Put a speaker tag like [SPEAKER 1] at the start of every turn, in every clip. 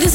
[SPEAKER 1] this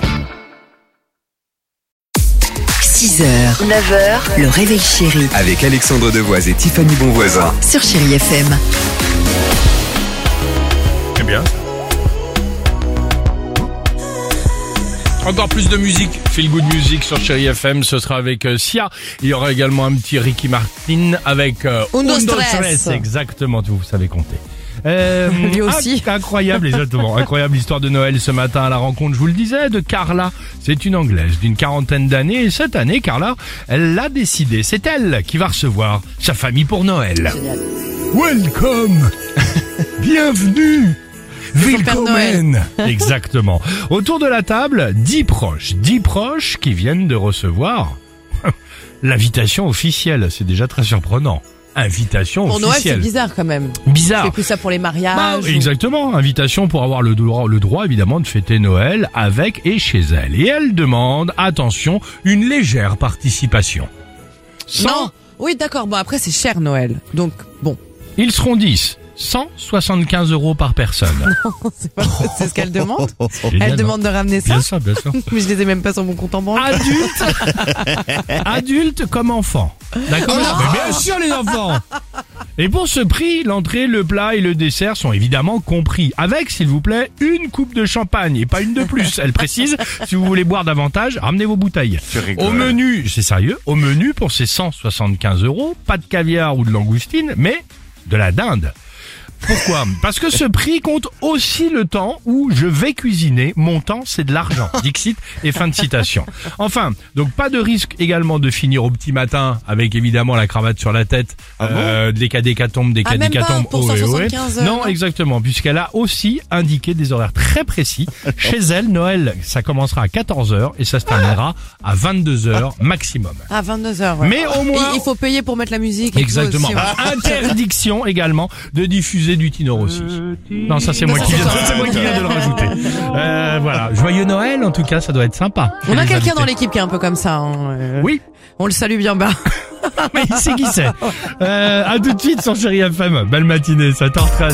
[SPEAKER 2] 6h, 9h, le réveil chéri
[SPEAKER 3] avec Alexandre Devoise et Tiffany Bonvoisin.
[SPEAKER 2] sur Chérie FM.
[SPEAKER 4] Très Eh bien. Encore plus de musique, feel good music sur Chéri FM, ce sera avec euh, Sia. Il y aura également un petit Ricky Martin avec euh,
[SPEAKER 2] Undo
[SPEAKER 4] Stress.
[SPEAKER 2] Stress.
[SPEAKER 4] Exactement, vous savez compter. Euh,
[SPEAKER 2] Lui aussi.
[SPEAKER 4] inc- Incroyable, exactement. incroyable histoire de Noël ce matin à la rencontre, je vous le disais, de Carla. C'est une Anglaise d'une quarantaine d'années et cette année, Carla, elle l'a décidé. C'est elle qui va recevoir sa famille pour Noël. Welcome Bienvenue Willkommen Exactement. Autour de la table, dix proches. Dix proches qui viennent de recevoir l'invitation officielle. C'est déjà très surprenant. Invitation
[SPEAKER 5] Pour Noël, c'est
[SPEAKER 4] officielle.
[SPEAKER 5] bizarre quand même.
[SPEAKER 4] bizarre.
[SPEAKER 5] C'est plus ça pour les
[SPEAKER 4] Ah. Bah,
[SPEAKER 5] mariages. ou-
[SPEAKER 4] exactement, invitation pour avoir le droit, le droit évidemment de fêter Noël avec et chez elle. Et elle demande, attention, une légère participation. Sans-
[SPEAKER 5] Non. Oui, d'accord. Bon, après, c'est cher Noël. Donc, bon,
[SPEAKER 4] Ils seront 10. 175 euros par personne.
[SPEAKER 5] c'est pas- c'est ce qu'elle demande.
[SPEAKER 4] Génial, hein
[SPEAKER 5] Elle demande de ramener ça.
[SPEAKER 4] Bien sûr, bien sûr. Ah,
[SPEAKER 5] Mais je les ai même pas sur mon compte en banque.
[SPEAKER 4] Adulte, adulte comme enfant. D'accord Mais Bien sûr, les enfants Et pour ce prix, l'entrée, le plat et le dessert sont évidemment compris. Avec, s'il vous plaît, une coupe de champagne et pas une de plus. Elle précise, si vous voulez boire davantage, ramenez vos bouteilles. Au menu, c'est sérieux, au menu pour ces 175 euros, pas de caviar ou de langoustine, mais de la dinde. Pourquoi Parce que ce prix compte aussi le temps où je vais cuisiner. Mon temps, c'est de l'argent. Dixit et fin de citation. Enfin, donc pas de risque également de finir au petit matin avec évidemment la cravate sur la tête, euh, des cadécatombes, des
[SPEAKER 5] Ah, même pas
[SPEAKER 4] cadécatombes.
[SPEAKER 5] pour 175, euh,
[SPEAKER 4] Non,
[SPEAKER 5] non.
[SPEAKER 4] exactement, puisqu'elle a aussi indiqué des horaires très précis. Chez elle, Noël, ça commencera à 14h et ça se terminera à 22h maximum.
[SPEAKER 5] À 22h.
[SPEAKER 4] Mais au moins-
[SPEAKER 5] Il, il faut payer pour mettre la musique. et tout
[SPEAKER 4] Exactement. Ah,
[SPEAKER 5] aussi, ouais.
[SPEAKER 4] Interdiction également de diffuser du Tino Rossi. Euh, Non, ça c'est moi, qui viens- c'est moi qui viens de le rajouter. Euh, voilà. Joyeux Noël, en tout cas, ça doit être sympa.
[SPEAKER 5] On
[SPEAKER 4] Les
[SPEAKER 5] a quelqu'un
[SPEAKER 4] invités.
[SPEAKER 5] dans l'équipe qui est un peu comme ça. hein, euh,
[SPEAKER 4] Oui,
[SPEAKER 5] On le salue bien bas.
[SPEAKER 4] mais il sait qui c'est. Euh, à tout de suite sur Chéri FM. Belle matinée, 7h13.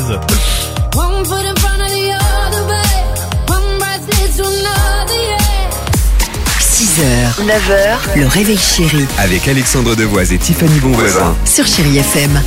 [SPEAKER 1] One foot in front of the other, babe. One breath leads to another, yeah.
[SPEAKER 2] 6h, 9h, le réveil chéri
[SPEAKER 3] Avec Alexandre Devoise et Tiffany Bonvoisin.
[SPEAKER 2] sur Chérie FM.